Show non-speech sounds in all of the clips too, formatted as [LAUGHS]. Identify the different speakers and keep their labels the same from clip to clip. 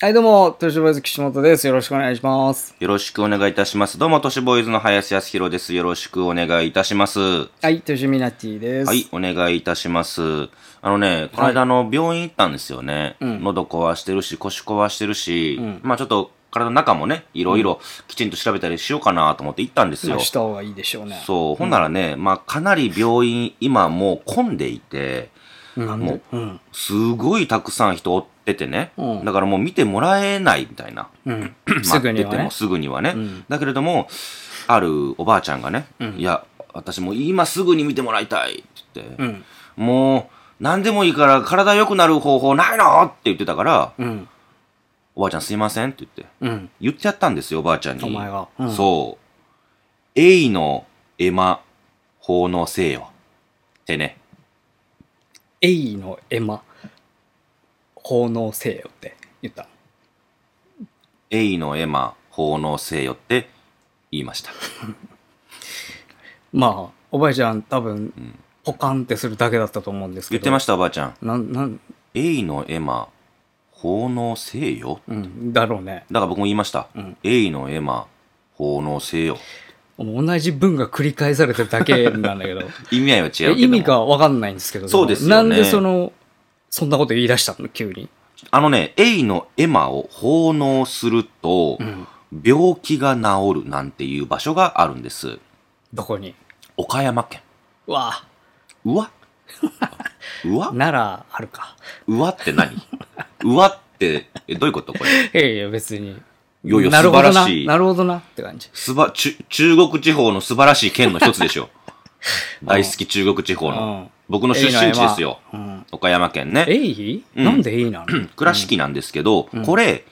Speaker 1: はい、どうも、トヨシボーイズ岸本です。よろしくお願いします。
Speaker 2: よろしくお願いいたします。どうも、都市ボーイズの林康弘です。よろしくお願いいたします。は
Speaker 1: はい、トヨシミナティです。
Speaker 2: い、。お願いいたします。あのね、この間、あの、病院行ったんですよね。喉壊してるし、腰壊してるし、まあちょっと、体の中もね、いろいろきちんと調べたりしようかなと思って行ったんです
Speaker 1: ま
Speaker 2: よ
Speaker 1: あ、。した方がいいでしょうね。
Speaker 2: そう、ほんならね、まあかなり病院、今もう混んでいて、
Speaker 1: なん
Speaker 2: も
Speaker 1: でうん。
Speaker 2: う、すごいたくさん人おっててね、
Speaker 1: うん
Speaker 2: だからもう見てもらえないみたいな。 [CLEARS THROAT]
Speaker 1: うん。
Speaker 2: 待
Speaker 1: す
Speaker 2: っ
Speaker 1: ぐに
Speaker 2: て
Speaker 1: は
Speaker 2: て
Speaker 1: ね
Speaker 2: も。すぐにはね、
Speaker 1: うん
Speaker 2: だけれどもあるおばあちゃんがね、
Speaker 1: ん
Speaker 2: いや私もう今すぐに見てもらいたいって言って、
Speaker 1: うん。
Speaker 2: もう何でもいいから体良くなる方法ないのって言ってたから、
Speaker 1: うん。
Speaker 2: おばあちゃんすいませんって言って
Speaker 1: うん。
Speaker 2: 言ってやったんですよおばあちゃんに
Speaker 1: お前がうん
Speaker 2: そう「エイのエマ奉納せよ」ってね
Speaker 1: エイのエマ、奉納せよって言った。
Speaker 2: 「エイのエマ奉納せよ」って言いました
Speaker 1: まあ、おばあちゃん多分
Speaker 2: ん、
Speaker 1: ポカンってするだけだったと思うんですけ
Speaker 2: 言
Speaker 1: ど。
Speaker 2: ってま
Speaker 1: し
Speaker 2: したおばあちゃん
Speaker 1: た。なん、なん、
Speaker 2: 「エイのエマ奉納せよ」
Speaker 1: うん、だろうね。
Speaker 2: だから僕も言いました。
Speaker 1: うん
Speaker 2: エイのエマ、奉納せよ。
Speaker 1: もう同じ文が繰り返されてるだけなん
Speaker 2: [LAUGHS]
Speaker 1: だけど。
Speaker 2: 意味合いは違うけども。
Speaker 1: 意味がわかんないんですけど。
Speaker 2: そうですよね
Speaker 1: なんでその、そんなこと言い出したの急に。
Speaker 2: あのね、エイのエマを奉納すると、
Speaker 1: ん
Speaker 2: 病気が治るなんていう場所があるんです。
Speaker 1: どこに。
Speaker 2: 岡山県。
Speaker 1: うわあ [LAUGHS]
Speaker 2: うわうわ
Speaker 1: ならあるか。
Speaker 2: うわって何うわって、えどういうことこれ。
Speaker 1: いやいや、別に。
Speaker 2: いやいや
Speaker 1: なるほど
Speaker 2: 素晴
Speaker 1: な
Speaker 2: らし。い
Speaker 1: なるほどなって感じ。
Speaker 2: すば、中、中国地方の素晴らしい県の一つでし
Speaker 1: [LAUGHS]
Speaker 2: ょ。大好き中国地方
Speaker 1: うん
Speaker 2: の。僕の出身地ですよ。
Speaker 1: エイの絵は。
Speaker 2: 岡山県ね。
Speaker 1: えい、
Speaker 2: うん
Speaker 1: なんでいい
Speaker 2: [CLEARS THROAT]
Speaker 1: なの
Speaker 2: 倉敷なんですけど、これ、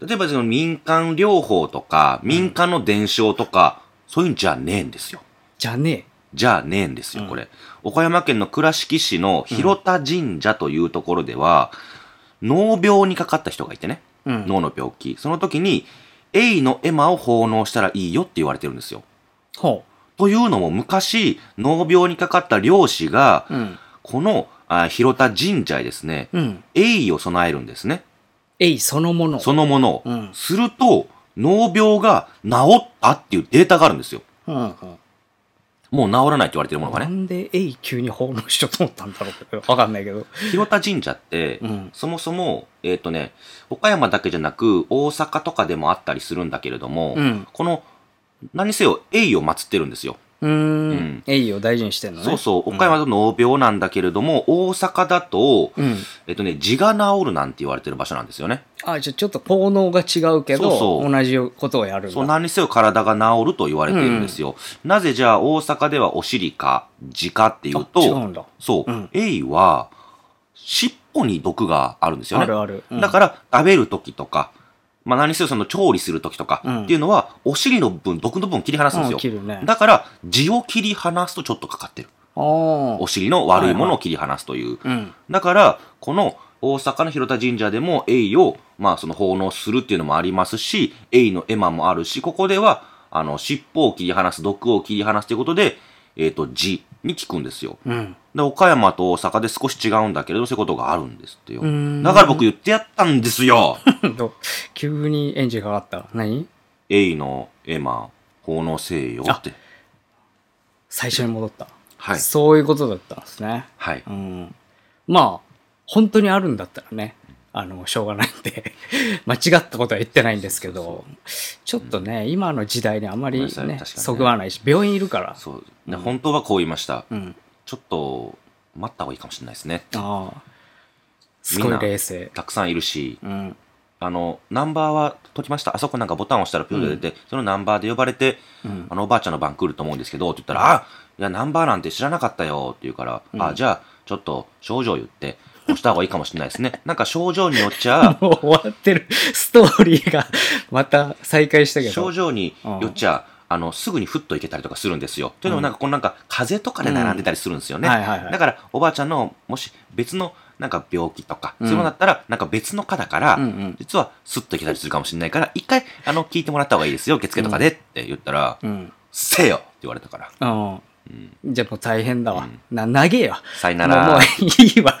Speaker 2: 例えばその民間療法とか、民間の伝承とか、そういうんじゃねえんですよ。
Speaker 1: じゃね
Speaker 2: じゃねえんですよ、これ。岡山県の倉敷市の広田神社というところでは、脳病にかかった人がいてね、
Speaker 1: え。うん。
Speaker 2: 脳の病気。その時に、エイのエマを奉納したらいいよって言われてるんですよ。
Speaker 1: ほ
Speaker 2: というのも昔、脳病にかかった漁師が
Speaker 1: う。、うん。
Speaker 2: このあ広田神社へですね、
Speaker 1: うん。
Speaker 2: エイを供えるんですね。
Speaker 1: えいそのもの。
Speaker 2: そのものを。
Speaker 1: うん
Speaker 2: すると、脳病が治ったっていうデータがあるんですよ。
Speaker 1: うんうん。
Speaker 2: もう治らないって言われてるものが
Speaker 1: な
Speaker 2: ね。
Speaker 1: んでえい急に奉納しようと思ったんだろうけど。わかんないけど。
Speaker 2: 広田神社って、
Speaker 1: うん
Speaker 2: そもそも、えっ、とね、岡山だけじゃなく、大阪とかでもあったりするんだけれども、
Speaker 1: うん
Speaker 2: この、何せよ、栄誉を祀ってるんですよ。
Speaker 1: うーん,、
Speaker 2: うん
Speaker 1: えいを大事にしてんのね。
Speaker 2: そうそう、岡山だと脳病なんだけれども、大阪だと、
Speaker 1: う。うん。
Speaker 2: えっ、とね、字が治るなんて言われてる場所なんですよね。
Speaker 1: あ、じゃあちょっと効能が違うけど、
Speaker 2: そうそう
Speaker 1: 同じことをやるんだ。
Speaker 2: そう、何にせよ体が治ると言われているんですよ。なぜじゃあ、大阪ではお尻か、字かっていうと、
Speaker 1: あ違うんだ。
Speaker 2: そう、
Speaker 1: うん
Speaker 2: エイは、尻尾に毒があるんですよね。
Speaker 1: あるある。うん
Speaker 2: だから、食べるときとか、まあ何せよその調理するときとか、
Speaker 1: うん
Speaker 2: っていうのは、お尻の部分、毒の部分切り離すんです
Speaker 1: う
Speaker 2: よ。
Speaker 1: ん切るね。
Speaker 2: だから、血を切り離すとちょっとかかってる。
Speaker 1: ああ
Speaker 2: お。尻の悪いものを切り離すという。
Speaker 1: うん。
Speaker 2: だから、この大阪の広田神社でも、エイを、まあその奉納するっていうのもありますし、エイの絵馬もあるし、ここでは、あの、尻尾を切り離す、毒を切り離すということで、えっ、と、字に効くんですよ。
Speaker 1: うん。
Speaker 2: で、岡山と大阪で少し違うんだけれど、そういうことがあるんですってよ
Speaker 1: うーん。
Speaker 2: だから僕言ってやったんですよ [LAUGHS]
Speaker 1: [LAUGHS] ど急にエンジンかかった。何
Speaker 2: エイのエマ、奉納せよって。
Speaker 1: 最初に戻った。
Speaker 2: はい。
Speaker 1: そういうことだったんですね。
Speaker 2: はい。
Speaker 1: うん。まあ、本当にあるんだったらね、あの、しょうがないんで、 [LAUGHS] 間違ったことは言ってないんですけど、ちょっとね、今の時代にあまり
Speaker 2: ごめんなさい
Speaker 1: ね、
Speaker 2: 確かにね
Speaker 1: そぐわないし、病院いるから。
Speaker 2: そう。で本当はこう言いました。
Speaker 1: うん。
Speaker 2: ちょっと、待った方がいいかもしれないですね。
Speaker 1: ああ。すご
Speaker 2: みん
Speaker 1: い
Speaker 2: な
Speaker 1: 冷静。
Speaker 2: たくさんいるし、
Speaker 1: うん。
Speaker 2: あの、ナンバーは解きました。あそこなんかボタン押したらピューで出て、そのナンバーで呼ばれて、
Speaker 1: うん
Speaker 2: あのおばあちゃんの番来ると思うんですけど、って言ったら、あいや、ナンバーなんて知らなかったよって言うから、あ、じゃあ、ちょっと症状言って、押した方がいいかもしれないで
Speaker 1: [LAUGHS]
Speaker 2: すね。なんか症状によっちゃ、
Speaker 1: もう終わってるストーリーが [LAUGHS] また再開したけど
Speaker 2: 症。状によっちゃ、あの、すぐにふっといけたりとかするんですよ。というのもなんか、このなんか、風邪とかで並んでたりするんですよね。
Speaker 1: うんはいはいはい
Speaker 2: だから、おばあちゃんの、もし別の、なんか病気とか、
Speaker 1: ん
Speaker 2: そういうのだったら、なんか別の科だから、
Speaker 1: うんうん
Speaker 2: 実はスッといけたりするかもしれないから、一回、あの、聞いてもらった方がいいですよ、受付とかでって言ったら、
Speaker 1: うん。
Speaker 2: せよって言われたから、
Speaker 1: うん。じゃあもう大変だわ。な、長えわ。
Speaker 2: さいな
Speaker 1: もうも [LAUGHS]
Speaker 2: ら、 [LAUGHS]
Speaker 1: ういいわ。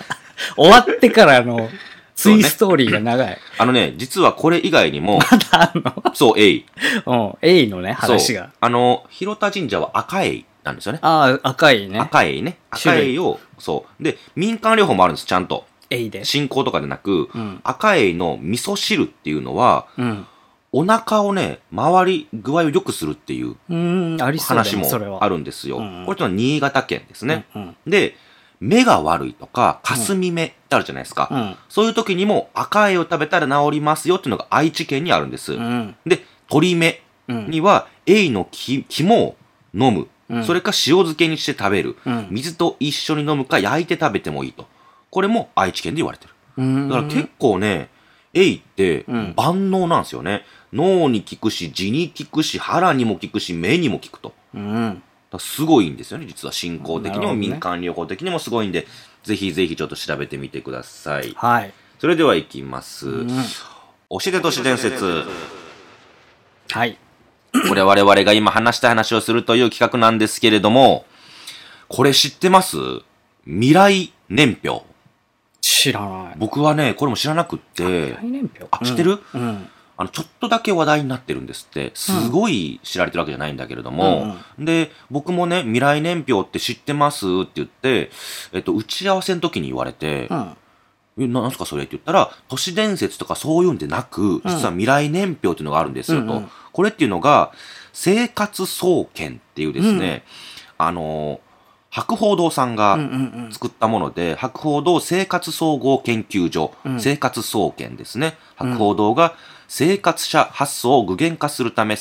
Speaker 1: 終わってからのツイストーリーが長い。
Speaker 2: あのね、実はこれ以外
Speaker 1: [LAUGHS]
Speaker 2: にも、そう、エイ。 [LAUGHS]
Speaker 1: うん。エイのね、話
Speaker 2: そう
Speaker 1: が。
Speaker 2: あの、広田神社は赤エイなんですよね。
Speaker 1: ああ、赤いね。
Speaker 2: 赤エイね。
Speaker 1: 種
Speaker 2: 赤
Speaker 1: 類
Speaker 2: エイを、そう。で、民間療法もあるんです、ちゃんと。
Speaker 1: エイで。
Speaker 2: 信仰とかでなく、
Speaker 1: うん
Speaker 2: 赤エイの味噌汁っていうのは、
Speaker 1: うん。
Speaker 2: お腹をね、回り具合を良くするっていう
Speaker 1: うーん、ありそうだね
Speaker 2: 話も
Speaker 1: それは。
Speaker 2: あ
Speaker 1: る
Speaker 2: るんですよ。
Speaker 1: うんうん
Speaker 2: これってのは新潟県ですね。
Speaker 1: うん。
Speaker 2: で、目が悪いとか、霞目ってあるじゃないですか。
Speaker 1: うん。
Speaker 2: そういう時にも赤エイを食べたら治りますよっていうのが愛知県にあるんです。
Speaker 1: うん。
Speaker 2: で、鳥目
Speaker 1: うん。
Speaker 2: には、エイのき肝を飲む、
Speaker 1: うん
Speaker 2: それか塩漬けにして食べる。
Speaker 1: うん
Speaker 2: 水と一緒に飲むか焼いて食べてもいいと。これも愛知県で言われてる。
Speaker 1: うん
Speaker 2: だから結構ね、エイって
Speaker 1: うん
Speaker 2: 万能なんですよね。脳に効くし、痔に効くし、腹にも効くし、目にも効くと。
Speaker 1: うん。
Speaker 2: だからすごいんですよね、実は。信仰的
Speaker 1: な
Speaker 2: に
Speaker 1: るほど
Speaker 2: も
Speaker 1: ね
Speaker 2: 民間療法的にもすごいんで、ぜひぜひちょっと調べてみてください。
Speaker 1: はい。
Speaker 2: それではいきます。
Speaker 1: うん
Speaker 2: 教えて都市伝説。
Speaker 1: はい。
Speaker 2: これ我々が今話した話をするという企画なんですけれども、これ知ってます未来年表。
Speaker 1: 知らない。
Speaker 2: 僕はね、これも知らなくって、
Speaker 1: 大年表。
Speaker 2: あ知ってる
Speaker 1: うんうん。
Speaker 2: あの、ちょっとだけ話題になってるんですって、すごい知られてるわけじゃないんだけれど
Speaker 1: うん
Speaker 2: も、で、僕もね、未来年表って知ってますって言って、えっと、打ち合わせの時に言われて
Speaker 1: う、ん。
Speaker 2: え、ななんすかそれって言ったら、都市伝説とかそういうんでなく、実は未来年表っていうのがあるんですよと。
Speaker 1: うんうん
Speaker 2: これっていうのが、生活総研っていうですね、あのー白報堂さ
Speaker 1: う
Speaker 2: ん
Speaker 1: んうん
Speaker 2: が
Speaker 1: うん。
Speaker 2: 作ったもので、白報堂生活総合研究所、
Speaker 1: うん
Speaker 2: 生活総研ですね。白報堂が生活者発想を具現化するため、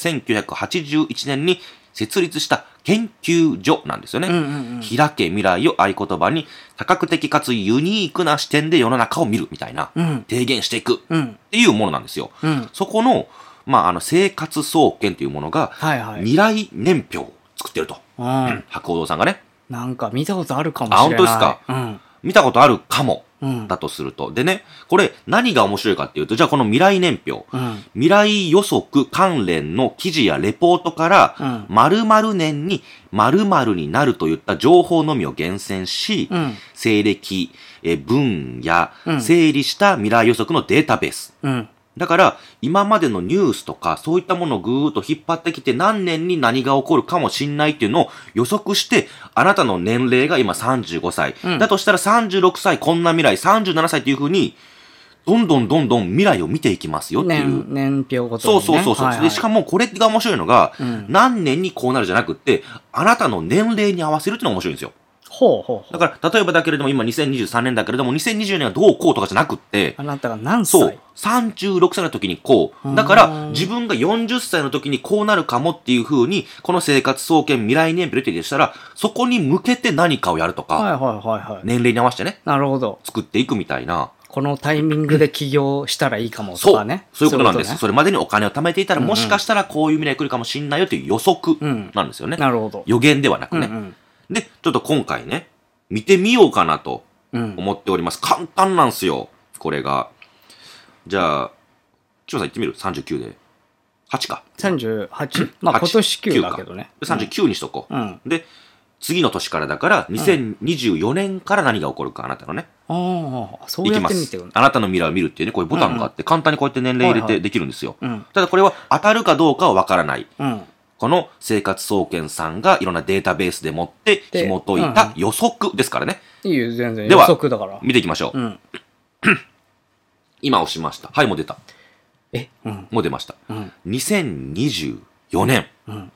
Speaker 2: 1981年に設立した研究所なんですよね。
Speaker 1: うんうん
Speaker 2: 開け未来を合言葉に多角的かつユニークな視点で世の中を見るみたいな、
Speaker 1: うん。うん。
Speaker 2: 提言していくっ
Speaker 1: うん。
Speaker 2: ていうものなんですよ。
Speaker 1: うん。
Speaker 2: そこの、まあ、あの、生活総研というものが、
Speaker 1: はいはい。
Speaker 2: 未来年表を作ってると。
Speaker 1: うん。
Speaker 2: 白鸚堂さんがね、
Speaker 1: なんか見たことあるかもしれない。
Speaker 2: あ本当ですか見たことあるかも、
Speaker 1: うん。うん。
Speaker 2: だとすると。でね、これ何が面白いかっていうと、じゃあこの未来年表、
Speaker 1: うん。
Speaker 2: 未来予測関連の記事やレポートから、
Speaker 1: うん。
Speaker 2: 〇〇年に〇〇になるといった情報のみを厳選し、
Speaker 1: うん。
Speaker 2: 西暦、えー分野
Speaker 1: う、ん
Speaker 2: 整理した未来予測のデータベース。
Speaker 1: うん。
Speaker 2: だから、今までのニュースとか、そういったものをぐーっと引っ張ってきて、何年に何が起こるかもしんないっていうのを予測して、あなたの年齢が今35歳。
Speaker 1: うん
Speaker 2: だとしたら36歳、こんな未来、37歳っていうふうに、どんどんどんどん未来を見ていきますよっていう。
Speaker 1: 年、年表ごとに
Speaker 2: そ
Speaker 1: ね。
Speaker 2: うそうそうそう、
Speaker 1: はいはい
Speaker 2: で。しかもこれが面白いのが、
Speaker 1: うん
Speaker 2: 何年にこうなるじゃなくって、あなたの年齢に合わせるっていうのが面白いんですよ。
Speaker 1: ほうほうほう
Speaker 2: だから、例えばだけれども、今2023年だけれども、2020年はどうこうとかじゃなくって
Speaker 1: あ、なたが何歳
Speaker 2: そう、36歳の時にこ
Speaker 1: うー
Speaker 2: う。
Speaker 1: ん
Speaker 2: だから、自分が40歳の時にこうなるかもっていう風に、この生活総研未来年表でしたら、そこに向けて何かをやると
Speaker 1: はい
Speaker 2: か、
Speaker 1: はいはいはい。
Speaker 2: 年齢に合わせてね、
Speaker 1: なるほど。
Speaker 2: 作っていくみたいな。
Speaker 1: このタイミングで起業したらいいかもと
Speaker 2: そ
Speaker 1: か
Speaker 2: う
Speaker 1: ね。。
Speaker 2: そういうことなんです。
Speaker 1: そ
Speaker 2: それまでにお金を貯めていたら、もしかしたらこういう未来来るかもしんないよっていう予測
Speaker 1: うん
Speaker 2: なんですよ
Speaker 1: ういうことね
Speaker 2: ね。
Speaker 1: なるほど。
Speaker 2: 予言ではなく
Speaker 1: うんう
Speaker 2: ね。
Speaker 1: ん。
Speaker 2: で、ちょっと今回ね、見てみようかなと
Speaker 1: うん。
Speaker 2: 思っております。簡単なんですよ、これが。じゃあ、千葉さん行ってみる ?39 で。8か。
Speaker 1: 38。まあ
Speaker 2: 8
Speaker 1: 今年9だけどね。
Speaker 2: で39にしとこう。
Speaker 1: うん。
Speaker 2: で、次の年からだから、2024年から何が起こるか、あなたのね。
Speaker 1: ああ、そう
Speaker 2: い
Speaker 1: や
Speaker 2: き
Speaker 1: っ
Speaker 2: ま
Speaker 1: てみ
Speaker 2: す
Speaker 1: てるん。だ。
Speaker 2: あなたの未来を見るっていうね、こういうボタンがあって、簡単にこうやって年齢入れ
Speaker 1: はいは
Speaker 2: て
Speaker 1: い
Speaker 2: できるんですよ。
Speaker 1: うん。
Speaker 2: ただこれは当たるかどうかはわからない。
Speaker 1: うん。
Speaker 2: この生活総研さんがいろんなデータベースで持って
Speaker 1: で
Speaker 2: 紐解いた予測ですからね。
Speaker 1: いいよ、全然。
Speaker 2: で
Speaker 1: 予
Speaker 2: は
Speaker 1: 測だから。
Speaker 2: 見ていきましょう。
Speaker 1: うん。
Speaker 2: 今押しました。はい、もう出た。
Speaker 1: え、うん。
Speaker 2: もう出ました。
Speaker 1: うん。
Speaker 2: 2024年、
Speaker 1: うん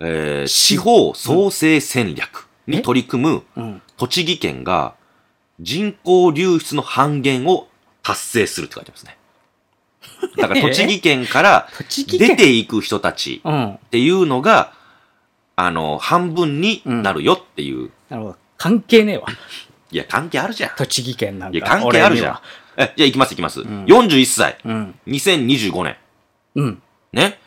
Speaker 2: えー地方創生戦略に取り組む
Speaker 1: うん。
Speaker 2: 栃木県が人口流出の半減を達成するって書いてますね。だから栃木県から
Speaker 1: 栃木県
Speaker 2: 出ていく人たち
Speaker 1: うん。
Speaker 2: っていうのが、あの、半分になるよっていう。
Speaker 1: なるほど。関係ねえわ。
Speaker 2: いや、関係あるじゃん。
Speaker 1: 栃木県なん
Speaker 2: い
Speaker 1: か
Speaker 2: や、関係あるじゃん。え、じゃあ行きます行きます。41歳、
Speaker 1: 俺にはうん。
Speaker 2: 2025年。
Speaker 1: うん。
Speaker 2: ね。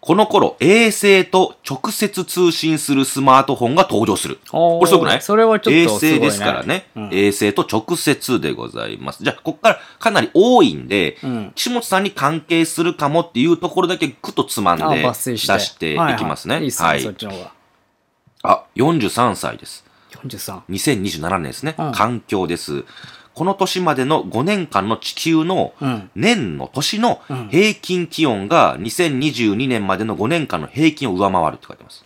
Speaker 2: この頃、衛星と直接通信するスマートフォンが登場する。
Speaker 1: おー
Speaker 2: これすごくない
Speaker 1: それはちょっ
Speaker 2: 衛
Speaker 1: とすごい、ね。
Speaker 2: 星ですからね。
Speaker 1: うん
Speaker 2: 衛星と直接でございます。じゃあ、ここからかなり多いんで、
Speaker 1: うん
Speaker 2: 岸本さんに関係するかもっていうところだけグッとつまんで
Speaker 1: あー抜
Speaker 2: 出
Speaker 1: 粋して。
Speaker 2: していきますね。
Speaker 1: はい、はい、いいっすね、そっちの方が。
Speaker 2: あ、43歳です。
Speaker 1: 43。
Speaker 2: 2027年ですね。
Speaker 1: うん
Speaker 2: 環境です。この年までの5年間の地球の
Speaker 1: うん。
Speaker 2: 年の年の
Speaker 1: うん
Speaker 2: 平均気温が2022年までの5年間の平均を上回るって書いてます。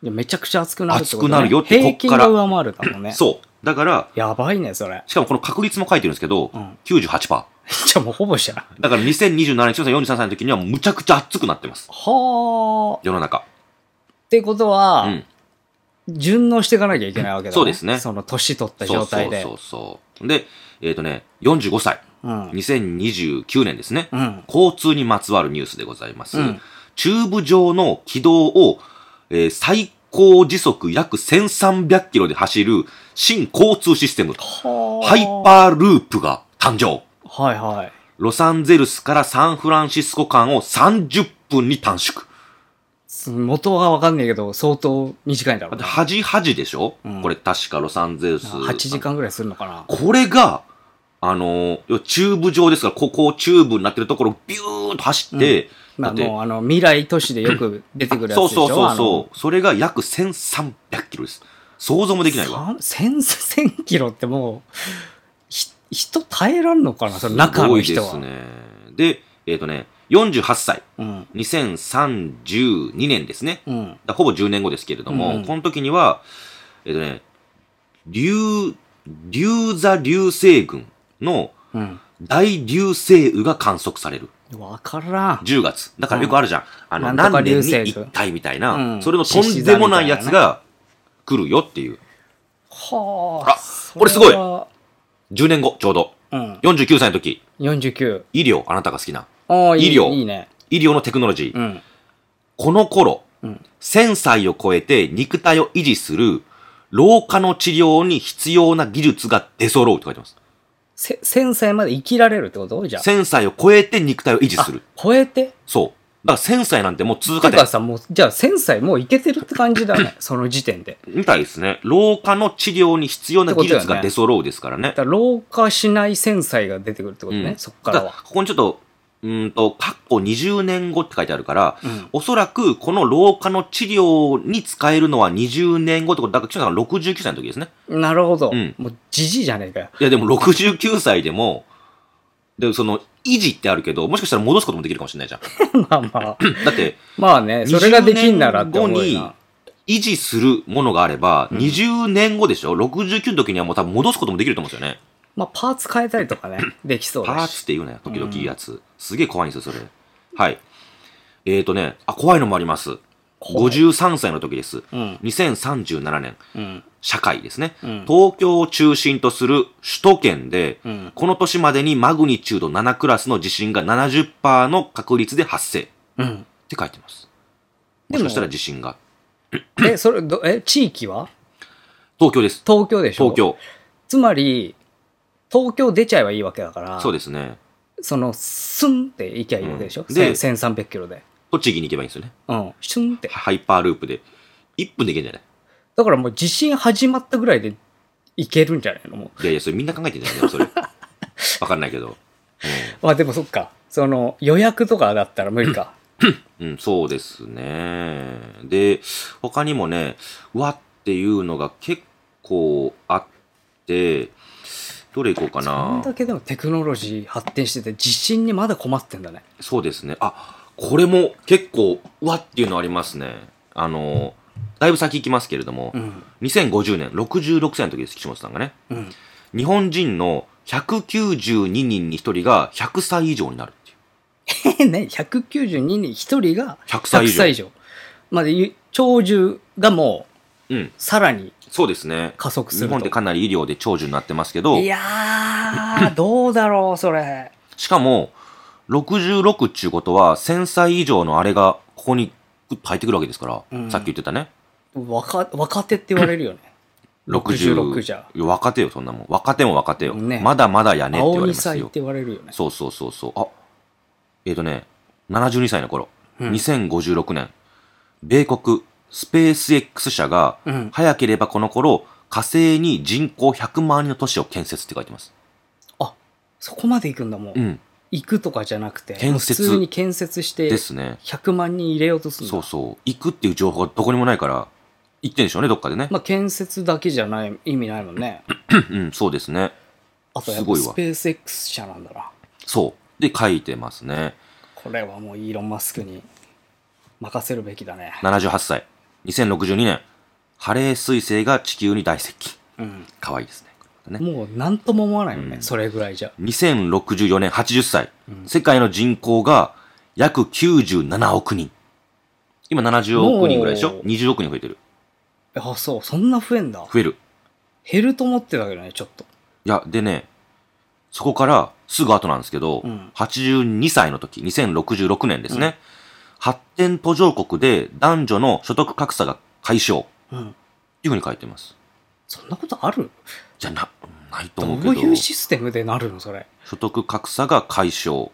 Speaker 1: いやめちゃくちゃ暑くなるってこと、
Speaker 2: 暑くなるよって
Speaker 1: 平均
Speaker 2: こっか
Speaker 1: が
Speaker 2: ら
Speaker 1: 上回るだもんね。
Speaker 2: そう。だから、
Speaker 1: やばいね、それ。 [LAUGHS]
Speaker 2: しかもこの確率も書いてるんですけど、
Speaker 1: うん
Speaker 2: 98%。
Speaker 1: じゃあもうほぼじゃん。は
Speaker 2: だから2027年、千代さん43歳の時にはむちゃくちゃ暑くなってます。
Speaker 1: あ。
Speaker 2: 世の中。
Speaker 1: ってことは、
Speaker 2: うん
Speaker 1: 順応していかなきゃいけないわけだ、ね、
Speaker 2: そうですね
Speaker 1: その年取った
Speaker 2: そ
Speaker 1: 状
Speaker 2: うそ
Speaker 1: 態
Speaker 2: う
Speaker 1: で。
Speaker 2: そうそう。で、えっ、とね、45歳、
Speaker 1: うん。
Speaker 2: 2029年ですね、
Speaker 1: うん。
Speaker 2: 交通にまつわるニュースでございます。
Speaker 1: うん
Speaker 2: チューブ状の軌道を、えー最高時速約1300キロで走る新交通システム、ハ
Speaker 1: ハ
Speaker 2: イパーループが誕生。
Speaker 1: ー。はいはい。
Speaker 2: ロサンゼルスからサンフランシスコ間を30分に短縮。
Speaker 1: 元はわかんないけど、相当短いんだろ
Speaker 2: だっ
Speaker 1: う
Speaker 2: て
Speaker 1: ね、
Speaker 2: 恥恥でしょ、
Speaker 1: うん
Speaker 2: これ確かロサンゼルス。
Speaker 1: 8時間ぐらいするのかな。
Speaker 2: これが、あのー、要はチューブ状ですから、ここをチューブになってるところをビューッと走って、
Speaker 1: まあ
Speaker 2: だって
Speaker 1: もうあの未来都市でよく出てくるやつで
Speaker 2: そう
Speaker 1: しょ
Speaker 2: そうそうそう。それが約1300キロです。想像もできないわ。
Speaker 1: 1000、千キロってもう、ひ人耐えらんのかなその中の人は。
Speaker 2: すごいですね。で、えっ、とね、48歳、
Speaker 1: うん。
Speaker 2: 2032年ですね。
Speaker 1: うん。
Speaker 2: だほぼ10年後ですけれども、
Speaker 1: うんうん
Speaker 2: この時には、えっ、とね、流、流座流星群の
Speaker 1: うん。
Speaker 2: 大流星雨が観測される。
Speaker 1: わからん。
Speaker 2: 10月。だからよくあるじゃん。あの、
Speaker 1: なんとか
Speaker 2: 何
Speaker 1: 流
Speaker 2: 年
Speaker 1: 星群
Speaker 2: に一回みたいな、
Speaker 1: うん
Speaker 2: それのとんでもないやつが来るよっていう。
Speaker 1: は
Speaker 2: あこれすごい
Speaker 1: そは
Speaker 2: 10年後、ちょうど。
Speaker 1: うん。
Speaker 2: 49歳の時、
Speaker 1: 49。
Speaker 2: 医療、あなたが好きな。
Speaker 1: ああ、いい
Speaker 2: 医療
Speaker 1: いいね。
Speaker 2: 医療のテクノロジー。
Speaker 1: うん。
Speaker 2: この頃、
Speaker 1: うん
Speaker 2: 1000歳を超えて肉体を維持する、老化の治療に必要な技術が出揃うって書いてます。
Speaker 1: せ1000歳まで生きられるってことじゃあ。
Speaker 2: 1000歳を超えて肉体を維持する。
Speaker 1: 超えて
Speaker 2: そう。だから1000歳なんてもう通過
Speaker 1: てか
Speaker 2: 点。
Speaker 1: さ、もう、じゃあ1000歳もういけてるって感じだね。その時点で。
Speaker 2: みたいですね。老化の治療に必要な技術が出揃うですからね
Speaker 1: だ。から老化しない1000歳が出てくるってことね。
Speaker 2: うん
Speaker 1: そっから
Speaker 2: だ
Speaker 1: は。
Speaker 2: ここにちょっと、うーんと、かっこ20年後って書いてあるから、
Speaker 1: うん
Speaker 2: おそらくこの老化の治療に使えるのは20年後ってこと、だから、岸田さんが69歳の時ですね。
Speaker 1: なるほど。
Speaker 2: うん
Speaker 1: もう、じじいじゃねえかよ。 [LAUGHS]
Speaker 2: いや、でも69歳でも、で、その、維持ってあるけど、もしかしたら戻すこともできるかもしれないじゃん。
Speaker 1: まあまあ。
Speaker 2: だって、
Speaker 1: まあね、それができんならって思うよな。
Speaker 2: 維持するものがあれば、20年後でしょ ?69 の時にはもう多分戻すこともできると思うんですよね。
Speaker 1: まあ、パーツ変えたりとかね、できそう
Speaker 2: パ
Speaker 1: だ
Speaker 2: ー
Speaker 1: し。
Speaker 2: ツっていうね、時々いいやつ。すげえ怖いんですよ、それ。はい。えーとね、あ、怖いのもあります。
Speaker 1: 怖い
Speaker 2: 53歳の時です。
Speaker 1: うん。
Speaker 2: 2037年、
Speaker 1: うん。
Speaker 2: 社会ですね。
Speaker 1: うん
Speaker 2: 東京を中心とする首都圏で、
Speaker 1: うん。
Speaker 2: この年までにマグニチュード7クラスの地震が70%の確率で発生っ
Speaker 1: うん。
Speaker 2: て書いてます。
Speaker 1: で
Speaker 2: も
Speaker 1: も
Speaker 2: しかしたら地震が。
Speaker 1: え、それ、どえ、地域は
Speaker 2: 東京です。
Speaker 1: 東京でしょ
Speaker 2: 東。京。
Speaker 1: つまり、東京出ちゃえばいいわけだから、
Speaker 2: そうですね。
Speaker 1: その、スンって行きゃいいわけでしょ、
Speaker 2: うんで
Speaker 1: 千 ?1300 キロで。
Speaker 2: 栃木に行けばいいんですよね。
Speaker 1: うん。シュンって。
Speaker 2: ハイパーループで。1分で行けんじゃない
Speaker 1: だからもう地震始まったぐらいで行けるんじゃないのもう。
Speaker 2: いやいや、それみんな考えてんじゃないで
Speaker 1: [LAUGHS]
Speaker 2: もそれ。わかんないけど。
Speaker 1: まあでもそっか。その、予約とかだったら無理か。
Speaker 2: うん、そうですね。で、他にもね、うわっていうのが結構あって、どれ行こうか
Speaker 1: こん
Speaker 2: な。
Speaker 1: だけでもテクノロジー発展してて、地震にまだ困ってんだね。
Speaker 2: そうですね。あ、これも結構、うわっていうのありますね。あの、だいぶ先行きますけれども、
Speaker 1: うん。
Speaker 2: 2050年、66歳の時です、岸本さんがね。
Speaker 1: うん。
Speaker 2: 日本人の192人に1人が100歳以上になるっていう。
Speaker 1: え、 [LAUGHS] ね、192人に1人が
Speaker 2: 100歳以上
Speaker 1: まあでゆ長寿がもう、
Speaker 2: うん
Speaker 1: さらに
Speaker 2: そうですね。
Speaker 1: 加速す
Speaker 2: 日
Speaker 1: ると。
Speaker 2: 本ってかなり医療で長寿になってますけど、
Speaker 1: いや [LAUGHS] ー、どうだろう、それ。
Speaker 2: しかも、66っちゅうことは、1000歳以上のあれが、ここにグッと入ってくるわけですから、
Speaker 1: うん
Speaker 2: さっき言ってたね。
Speaker 1: 若若手って言われるよね。66じゃ。
Speaker 2: いや若手よ、そんなもん。若手も若手よ。
Speaker 1: ね
Speaker 2: まだまだやねって言わ
Speaker 1: 青
Speaker 2: れま
Speaker 1: 二
Speaker 2: す
Speaker 1: 歳っ
Speaker 2: よ
Speaker 1: て。言われるよね。
Speaker 2: そうそうそうそう。あ、えっ、とね、72歳の頃、
Speaker 1: うん
Speaker 2: 2056年、米国、スペース X 社が、
Speaker 1: うん。
Speaker 2: 早ければこの頃、火星に人口100万人の都市を建設って書いてます。
Speaker 1: そこまで行くんだもん。
Speaker 2: うん。
Speaker 1: 行くとかじゃなくて、
Speaker 2: 建設
Speaker 1: 普通に建設して
Speaker 2: で、すね。
Speaker 1: 100万人入れようとするんだ。
Speaker 2: そうそう。行くっていう情報がどこにもないから、行ってんでしょうね、どっかでね。
Speaker 1: まあ、建設だけじゃない、意味ないもんね。
Speaker 2: うん、そうですね。
Speaker 1: あとや
Speaker 2: す
Speaker 1: っぱ
Speaker 2: ごいわ
Speaker 1: スペース X 社なんだな。
Speaker 2: そう。で、書いてますね。
Speaker 1: これはもうイーロン・マスクに任せるべきだね。
Speaker 2: 78歳。2062年。ハレー彗星が地球に大接近。
Speaker 1: うん。
Speaker 2: かわいいですね。これね
Speaker 1: もう何とも思わないよね、
Speaker 2: うん
Speaker 1: それぐらいじゃ。
Speaker 2: 2064年80歳、
Speaker 1: うん
Speaker 2: 世界の人口が約97億人。今70億人ぐらいでし
Speaker 1: も
Speaker 2: ょ
Speaker 1: う
Speaker 2: ?20 億人増えてる。
Speaker 1: あ、そう、そんな増えんだ。
Speaker 2: 増える。
Speaker 1: 減ると思ってたけどね、ちょっと。
Speaker 2: いや、でね、そこからすぐ後なんですけど、
Speaker 1: うん
Speaker 2: 82歳の時、2066年ですね、発展途上国で男女の所得格差が解消。
Speaker 1: うん。
Speaker 2: っていうふうに書いてます。
Speaker 1: そんなことある
Speaker 2: じゃな、ないと
Speaker 1: ど
Speaker 2: 思う
Speaker 1: う
Speaker 2: け
Speaker 1: いう
Speaker 2: ど、
Speaker 1: システムでなるの、それ。
Speaker 2: 所得格差が解消っ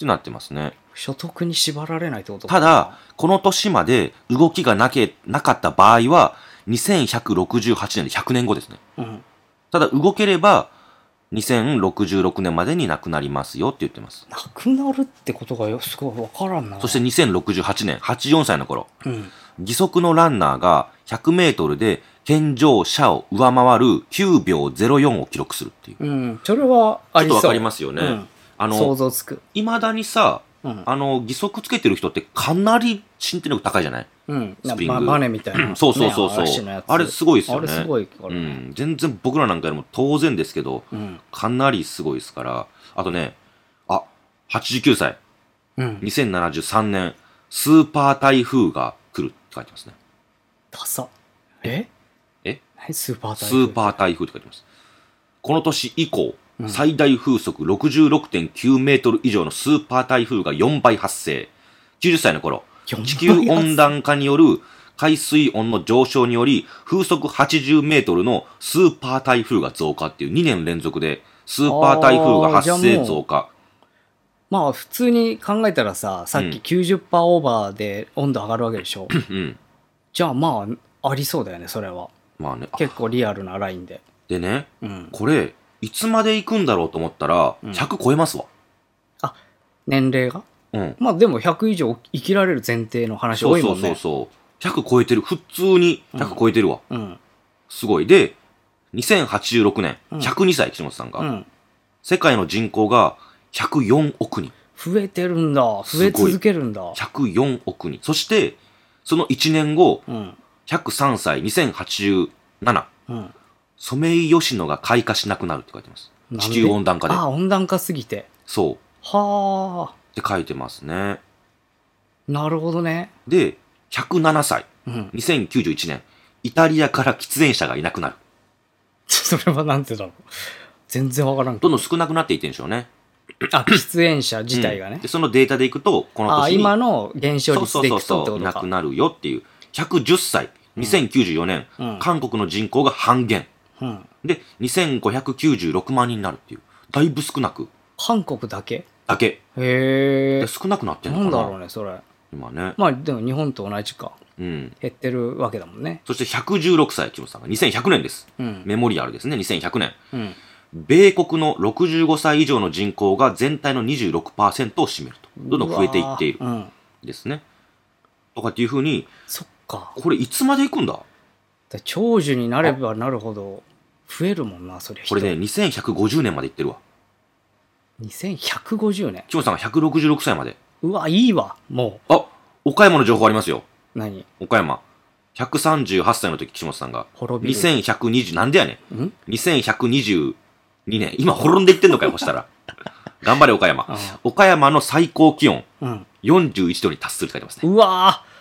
Speaker 2: てなってますね。
Speaker 1: 所得に縛られないってこと
Speaker 2: ただ、、この年まで動きがなけ、なかった場合は、2168年で100年後ですね。
Speaker 1: うん。
Speaker 2: ただ、動ければ、2066年までになくなりますよって言ってます。
Speaker 1: なくなるってことがよすごいわからんな。
Speaker 2: そして、2068年、84歳の頃、
Speaker 1: うん。
Speaker 2: 義足のランナーが100メートルで健常者を上回る9秒04を記録するっていう。ち
Speaker 1: うん。それはあ
Speaker 2: ょっ
Speaker 1: りそ
Speaker 2: と
Speaker 1: う。
Speaker 2: わかりますすよ
Speaker 1: よ
Speaker 2: ね。
Speaker 1: うん、
Speaker 2: あ
Speaker 1: 想
Speaker 2: の、
Speaker 1: 像つく。
Speaker 2: 未だにさ、
Speaker 1: うん。
Speaker 2: あの、義足つけてる人ってかなり身体能力高いじゃない
Speaker 1: うん。
Speaker 2: スプリング
Speaker 1: ま、バネみたいな。
Speaker 2: そうそうそう
Speaker 1: ね
Speaker 2: そう
Speaker 1: 嵐のやつ
Speaker 2: あれすごいっすよね
Speaker 1: あれすごいから
Speaker 2: う
Speaker 1: ね。
Speaker 2: ん、全然僕らなんかよりも当然ですけど、
Speaker 1: うん。
Speaker 2: かなりすごいですから、あとね、あ、89歳、
Speaker 1: うん。
Speaker 2: 2073年、スーパー台風が来るって書いてますね。
Speaker 1: ダサ。え
Speaker 2: え
Speaker 1: 何スーパー
Speaker 2: スー
Speaker 1: ー。
Speaker 2: パー台風って書いてます。この年以降、
Speaker 1: うん
Speaker 2: 最大風速66.9メートル以上のスーパー台風が4倍発生。90歳の頃、
Speaker 1: 四倍
Speaker 2: 地球温暖化による海水温の上昇により、風速80メートルのスーパー台風が増加っていう2年連続で、スーパー台風が発
Speaker 1: あーじゃあも
Speaker 2: 生
Speaker 1: う
Speaker 2: 増加。
Speaker 1: まあ普通に考えたらさ、さっき90%オーバーで温度上がるわけで
Speaker 2: [LAUGHS]
Speaker 1: しょ。
Speaker 2: うん。
Speaker 1: じゃあまあ、ありそうだよね、それは。
Speaker 2: まあね。あ
Speaker 1: 結構リアルなラインで。
Speaker 2: でね、
Speaker 1: うん。
Speaker 2: これ、いつまで行くんだろうと思ったら、
Speaker 1: うん
Speaker 2: 100超えますわ。
Speaker 1: 年齢が
Speaker 2: うん。
Speaker 1: まあでも100以上生きられる前提の話
Speaker 2: そ
Speaker 1: 多
Speaker 2: う
Speaker 1: い
Speaker 2: そ
Speaker 1: も
Speaker 2: うんそう
Speaker 1: ね。
Speaker 2: そう。100超えてる。普通に100超えてるわ。
Speaker 1: うん。
Speaker 2: すごい。で、2086年、
Speaker 1: うん
Speaker 2: 102歳、岸本さんが、
Speaker 1: うん。
Speaker 2: 世界の人口が104億人。
Speaker 1: 増えてるんだ。増え続けるんだ。
Speaker 2: 104億人。そして、その1年後、
Speaker 1: うん。
Speaker 2: 103歳、2087。
Speaker 1: うん。
Speaker 2: ソメイヨシノが開花しなくなるって書いてます。
Speaker 1: なんで
Speaker 2: 地球温暖化で
Speaker 1: あ。あ、温暖化すぎて。
Speaker 2: そう。っ
Speaker 1: はあ。
Speaker 2: て書いてますね。
Speaker 1: なるほどね。
Speaker 2: で、107歳、
Speaker 1: うん。 [LAUGHS]
Speaker 2: 2091年。イタリアから喫煙者がいなくなる。
Speaker 1: それはなんてだろう。全然わからんけ
Speaker 2: ど
Speaker 1: ど。
Speaker 2: んどん少なくなっていってるんでしょうね。
Speaker 1: あ、喫煙者自体が
Speaker 2: うん
Speaker 1: ね
Speaker 2: で、。そのデータでいくと、この
Speaker 1: ああ、
Speaker 2: 年に。
Speaker 1: 今の減少
Speaker 2: そ
Speaker 1: 率
Speaker 2: うそう
Speaker 1: でい
Speaker 2: そう
Speaker 1: くとって
Speaker 2: そ
Speaker 1: こ
Speaker 2: う、
Speaker 1: と
Speaker 2: な
Speaker 1: か
Speaker 2: く。なるよっていう。110歳、2094年、
Speaker 1: うん
Speaker 2: 韓国の人口が半減。
Speaker 1: うん。
Speaker 2: で、2596万人になるっていう。だいぶ少なく、
Speaker 1: 韓国だけ
Speaker 2: だけ。
Speaker 1: へえ
Speaker 2: で。少なくなってん
Speaker 1: な
Speaker 2: のか
Speaker 1: ん
Speaker 2: な
Speaker 1: だろうね、それ。
Speaker 2: 今ね。
Speaker 1: まあでも日本と同じか。
Speaker 2: うん。
Speaker 1: 減ってるわけだもんね。
Speaker 2: そして116歳、木本さんが2100年です。
Speaker 1: うん。
Speaker 2: メモリアルですね、2100年。
Speaker 1: うん。
Speaker 2: 米国の65歳以上の人口が全体の26%を占めると。どんどん増えていっている
Speaker 1: う。わーうん。
Speaker 2: ですね。とかっていうふうに、
Speaker 1: そっか。
Speaker 2: これいつまで行くんだ
Speaker 1: だ長寿になればなるほど増えるもんな、それ。
Speaker 2: これね、。2150年まで行ってるわ。
Speaker 1: 2150年。
Speaker 2: 木本さんが166歳まで。
Speaker 1: うわ、いいわ、も
Speaker 2: あ岡山の情報ありますよ。
Speaker 1: う。何
Speaker 2: 岡山。138歳の時、岸本さんが。
Speaker 1: 滅びる。
Speaker 2: 2120、なんでやね
Speaker 1: ん
Speaker 2: ん。2122年。今滅んでいってんのかよ、ほしたら。頑張れ、岡山。
Speaker 1: あ
Speaker 2: 岡山の最高気温、
Speaker 1: あうん。
Speaker 2: 41度に達するって書いてますね。
Speaker 1: うわー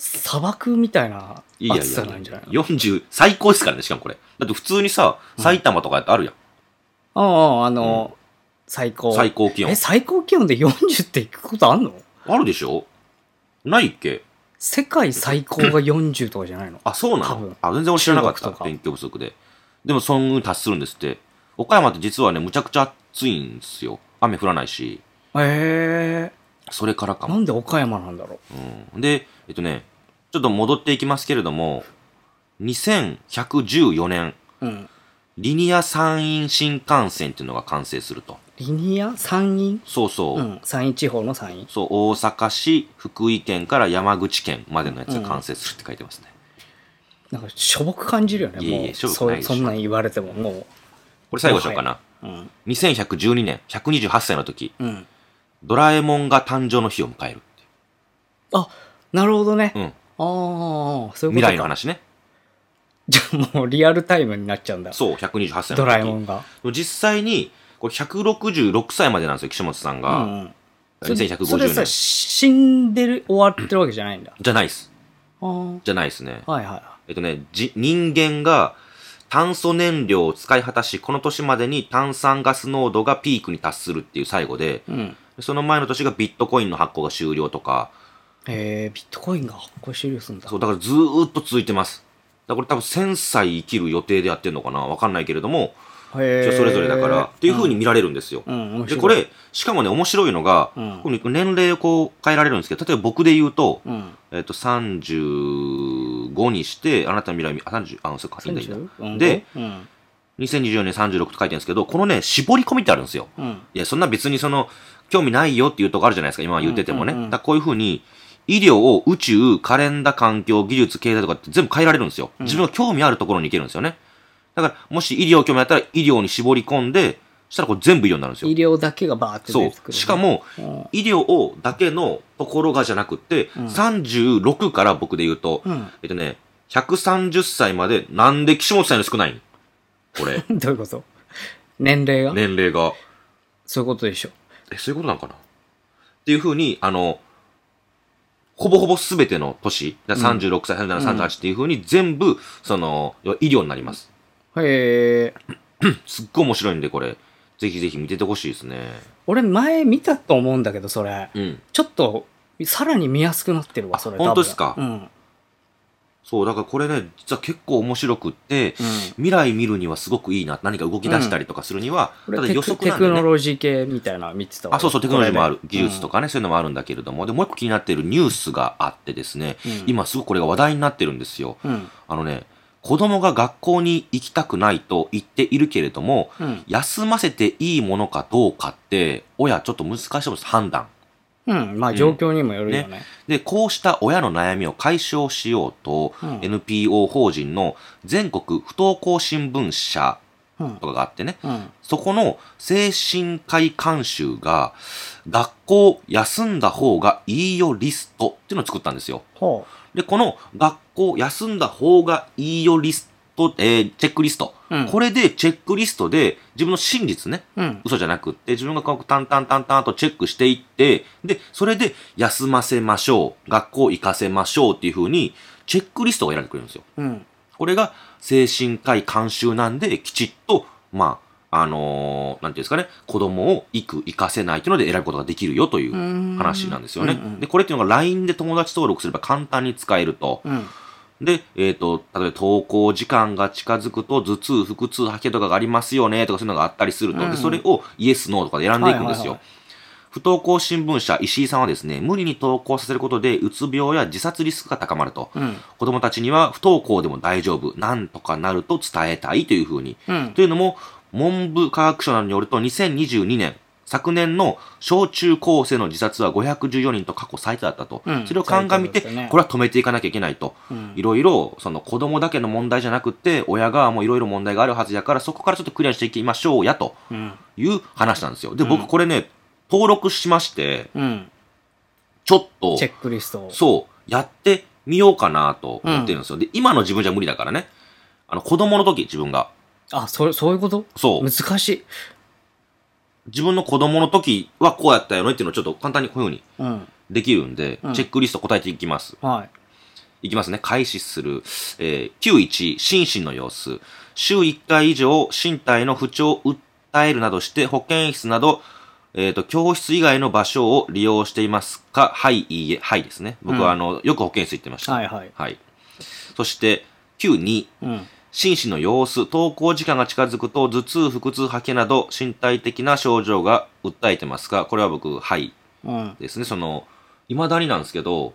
Speaker 1: 砂漠みたいない
Speaker 2: やいや
Speaker 1: 暑さなんじゃないの
Speaker 2: 40、最高ですからね、しかもこれ。だって普通にさ、埼玉とかやってあるやん。
Speaker 1: ああ、あの、最高。
Speaker 2: 最高気温
Speaker 1: え、。最高気温で40って行くことあんの
Speaker 2: あるでしょないっけ
Speaker 1: 世界最高
Speaker 2: [LAUGHS]
Speaker 1: が40とかじゃないの
Speaker 2: あ、そうな
Speaker 1: 多
Speaker 2: の
Speaker 1: 分
Speaker 2: あ、全然俺知らなかっ
Speaker 1: 中
Speaker 2: た
Speaker 1: 学と。か
Speaker 2: 勉強不足で。でも、そんぐに達するんですって。岡山って実はね、むちゃくちゃ暑いんですよ。雨降らないし。
Speaker 1: え
Speaker 2: それからか
Speaker 1: ー、
Speaker 2: も
Speaker 1: な。んで岡山なんだろ
Speaker 2: うんで、えっとね、ちょっと戻っていきますけれども、2114年、
Speaker 1: う。うん。
Speaker 2: リニア山陰新幹線っていうのが完成すると。
Speaker 1: リニア山陰
Speaker 2: そうそう。
Speaker 1: うん。山陰地方の山陰。
Speaker 2: そう、大阪市、福井県から山口県までのやつが完成するって書いてますね。
Speaker 1: なんかしょぼく感じるよね、
Speaker 2: いえいえ
Speaker 1: もう。
Speaker 2: しょぼくないでしょ
Speaker 1: そうそんなん言われても、もう、
Speaker 2: これ最後にしようかな。
Speaker 1: うん。
Speaker 2: 2112年、128歳の時、
Speaker 1: うん。
Speaker 2: ドラえもんが誕生の日を迎える。
Speaker 1: あ、なるほどね。
Speaker 2: う
Speaker 1: あ
Speaker 2: ん。
Speaker 1: あ、そういうことか
Speaker 2: 未来の。話ね。
Speaker 1: じゃあもうリアルタイムになっちゃうんだ。
Speaker 2: そう、128歳の時。
Speaker 1: ドラえもんが。
Speaker 2: でも実際に、これ166歳までなんですよ、岸本さん
Speaker 1: う
Speaker 2: が。
Speaker 1: ん。それそれ
Speaker 2: 2150
Speaker 1: さ、
Speaker 2: 年。
Speaker 1: 死んでる、終わってるわけじゃないんだ。
Speaker 2: じゃないっす。
Speaker 1: あー
Speaker 2: じゃないっすね。
Speaker 1: はいは
Speaker 2: えっとね、じ人間が炭素燃料を使い果たし、この年までに炭酸ガス濃度がピークに達するっていう最後で、
Speaker 1: い。うん。
Speaker 2: その前の年がビットコインの発行が終了とか、
Speaker 1: えー、ビットコインが発行終了するんだ。
Speaker 2: そう、だからずーっと続いてます。だからこれ多分1000歳生きる予定でやってるのかなわかんないけれども、
Speaker 1: へ
Speaker 2: 人
Speaker 1: ー
Speaker 2: それぞれだから、っていう風に見られるんですよ。
Speaker 1: うん、うん面白
Speaker 2: で、
Speaker 1: い
Speaker 2: こ、れ、しかもね、面白いのが、
Speaker 1: うん
Speaker 2: この年齢をこう変えられるんですけど、例えば僕で言うと、
Speaker 1: うん。
Speaker 2: えっと、35にして、あなたの未来、あ、30、あ、そっか、いいんだいいんだ。
Speaker 1: うん
Speaker 2: で、
Speaker 1: うん。
Speaker 2: 2024年36と書いてあるんですけど、このね、絞り込みってあるんですよ。
Speaker 1: うん。
Speaker 2: いや、そんな別にその、興味ないよっていうとこあるじゃないですか、今言っててもね。
Speaker 1: うんうんうん
Speaker 2: だからこういうふうに、医療を宇宙、カレンダー、環境、技術、経済とかって全部変えられるんですよ。自分の興味あるところに行けるんですよね。だから、もし医療興味あったら医療に絞り込んで、そしたらこれ全部医療になるんです
Speaker 1: 医
Speaker 2: よ。
Speaker 1: 療だけがバーって
Speaker 2: そ
Speaker 1: 出てくるね、
Speaker 2: う。しかも、
Speaker 1: うん、
Speaker 2: 医療をだけのところがじゃなくって、
Speaker 1: うん
Speaker 2: 36から僕で言うと、
Speaker 1: うん [LAUGHS]
Speaker 2: えっとね、130歳まで、なんで岸本さんより少ないんこ
Speaker 1: [LAUGHS]
Speaker 2: れ、
Speaker 1: どういうこと年齢が、
Speaker 2: 年齢が。
Speaker 1: そういうことでしょ。
Speaker 2: え、そういうことなのかなっていうふうに、あの、ほぼほぼすべての年、だから36歳、37、38っていうふうに全部、その、要は医療になります。
Speaker 1: へえ。
Speaker 2: すっごい面白いんで、これ。ぜひぜひ見ててほしいですね。
Speaker 1: 俺前見たと思うんだけど、それ。
Speaker 2: うん。
Speaker 1: ちょっと、さらに見やすくなってるわ、それ。
Speaker 2: あ本当ですか
Speaker 1: 多分うん。
Speaker 2: そう、だからこれね、実は結構面白くって、未来見るにはすごくいいな。何か動き出したりとかするには、
Speaker 1: うん、
Speaker 2: た
Speaker 1: 俺テ
Speaker 2: だ予
Speaker 1: ク
Speaker 2: 測
Speaker 1: テ
Speaker 2: なん
Speaker 1: ク
Speaker 2: で、
Speaker 1: ノ
Speaker 2: ね。
Speaker 1: ロジー系みたいなの見てたわ
Speaker 2: あ、そうそう、テクノロジーもある。技術と
Speaker 1: か。
Speaker 2: かね、そういうのもあるんだけれども。で、もう一個気になっているニュースがあってですね、
Speaker 1: うん
Speaker 2: 今すごくこれが話題になってるんですよ。
Speaker 1: うん。
Speaker 2: あのね、子供が学校に行きたくないと言っているけれども、
Speaker 1: うん。
Speaker 2: 休ませていいものかどうかって、親ちょっと難しいです、判断。
Speaker 1: うん。まあ状況にもよるよね。
Speaker 2: で、こうした親の悩みを解消しようと、
Speaker 1: うん
Speaker 2: NPO 法人の全国不登校新聞社
Speaker 1: うん
Speaker 2: と。かがあってね、
Speaker 1: うん。
Speaker 2: そこの精神科医監修が、学校休んだ方がいいよリストっていうのを作ったんですよ。
Speaker 1: ほ
Speaker 2: で、この学校休んだ方がいいよリスト、えーチェックリスト。
Speaker 1: うん
Speaker 2: これでチェックリストで自分の真実ね。
Speaker 1: う。うん。
Speaker 2: 嘘じゃなくって、自分がこう、淡々淡々とチェックしていって、で、それで休ませましょう。学校行かせましょうっていう風に、チェックリストが選んでくれるんですよ。
Speaker 1: うん。
Speaker 2: これが精神科医監修なんで、きちっと、まあ、あのーなんていうんですかね、子供を行く、行かせないというので選ぶことができるよという
Speaker 1: ーん
Speaker 2: 話なんですよね。
Speaker 1: うんうん
Speaker 2: で、これっていうのが LINE で友達登録すれば簡単に使えると。
Speaker 1: うん。
Speaker 2: で、えっ、と、例えば投稿時間が近づくと頭痛、腹痛、吐き気とかがありますよね、とかそういうのがあったりすると。
Speaker 1: うん
Speaker 2: で、それをイエス、ノーとかで選んでいくんで
Speaker 1: はいは
Speaker 2: す
Speaker 1: いは
Speaker 2: よ
Speaker 1: い。
Speaker 2: 不登校新聞社、石井さんはですね、無理に投稿させることで、うつ病や自殺リスクが高まると。
Speaker 1: うん。
Speaker 2: 子供たちには不登校でも大丈夫、なんとかなると伝えたいというふうに。
Speaker 1: うん。
Speaker 2: というのも、文部科学省などによると2022年、昨年の小中高生の自殺は514人と過去最多だったと。
Speaker 1: うん
Speaker 2: それを鑑みて、
Speaker 1: 最多だったね
Speaker 2: これは止めていかなきゃいけないと。
Speaker 1: うん
Speaker 2: いろいろ、その子供だけの問題じゃなくて、親側もいろいろ問題があるはずやから、そこからちょっとクリアしていきましょうや、と
Speaker 1: うん。
Speaker 2: いう話なんですよ。で、僕これね、登録しまして、
Speaker 1: うん。
Speaker 2: ちょっと
Speaker 1: チ、ェックリストを。
Speaker 2: そう、やってみようかなと思ってるんですよ。で、今の自分じゃ無理だからね。あの、子供の時、自分が。
Speaker 1: あ、そ、そういうこと
Speaker 2: そう
Speaker 1: 難。しい。
Speaker 2: 自分の子供の時はこうやったよねっていうのをちょっと簡単にこういうふうに
Speaker 1: うん。
Speaker 2: できるんで、
Speaker 1: うん
Speaker 2: チェックリスト答えていきます。
Speaker 1: はい。
Speaker 2: いきますね。開始する。えー、91、心身の様子。週1回以上、身体の不調を訴えるなどして、保健室など、えっ、と、教室以外の場所を利用していますかはい、いいえ、はいですね。僕は、あの、よく保健室行ってました。
Speaker 1: はいはい。
Speaker 2: はい。そして、92、
Speaker 1: うん。
Speaker 2: 心身の様子、登校時間が近づくと、頭痛、腹痛、吐き気など、身体的な症状が訴えてますが、これは僕、はい
Speaker 1: うん。
Speaker 2: ですね。その、未だになんですけど、